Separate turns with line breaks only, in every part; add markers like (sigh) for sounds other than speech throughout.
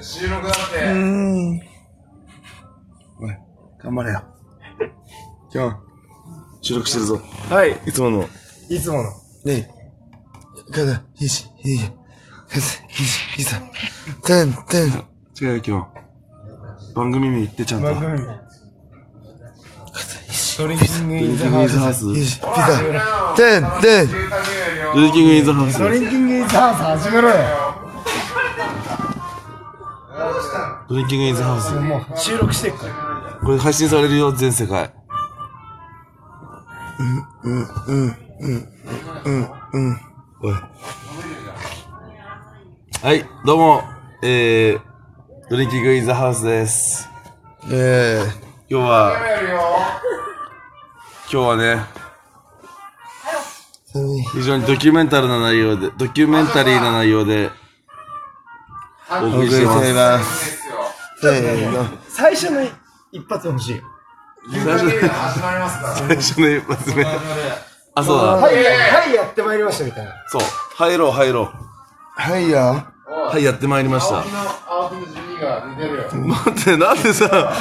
収録だっ
う
て、
ーん。おい、頑張れよ。きょん、収録してるぞ。
はい
いつもの。
いつもの
ねえ。かだ、ひし、ひし、かず、ひし、ひさ、てん、てん。違うよ、今日。番組に行ってちゃんと。
番組トリンキングインザハ
イ
ウ
ズハウ
ス
ス。
いい
ド
しピザてんてん
住宅より
リキングインザハウス。
トリンキングインザハウス始めろよ
ドリンキングインザハウス。
もう収録してっから
これ配信されるよ、全世界。うん、うん、うん、うん、うん、うん。はい、どうも、えー、ドリンキングインザハウスです。
え
今日は、今日はね、
ー、寒い
非常にドキュメンタルな内容で、ドキュメンタリーな内容で、お送
お送
り
り
して
してい
ま。
ますすせーの
最初の一発欲しい
最初の
始まりますから
最初 (laughs) の一発目。あ、そうだ。
はいはいやってまいりましたみたいな
そう。入ろう、入ろ
はいよ
う。はい、やってまいりました。
青木の地味が出てるよ
待って、なんでさ、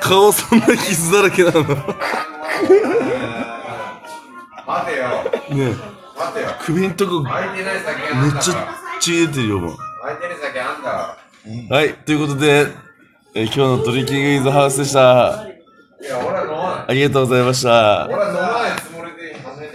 顔そんな傷だらけなのね
待てよ
え、
待てよ
首んとこめっ
空いてない酒あんだ
ち
から
ゃ血出てるよ、もう。
空いてる酒あんだか
はい、ということで、えー今日のドリンキングインザハウスでした。あ
らいや俺は飲まない
りがとうございました。
俺は飲まないっつって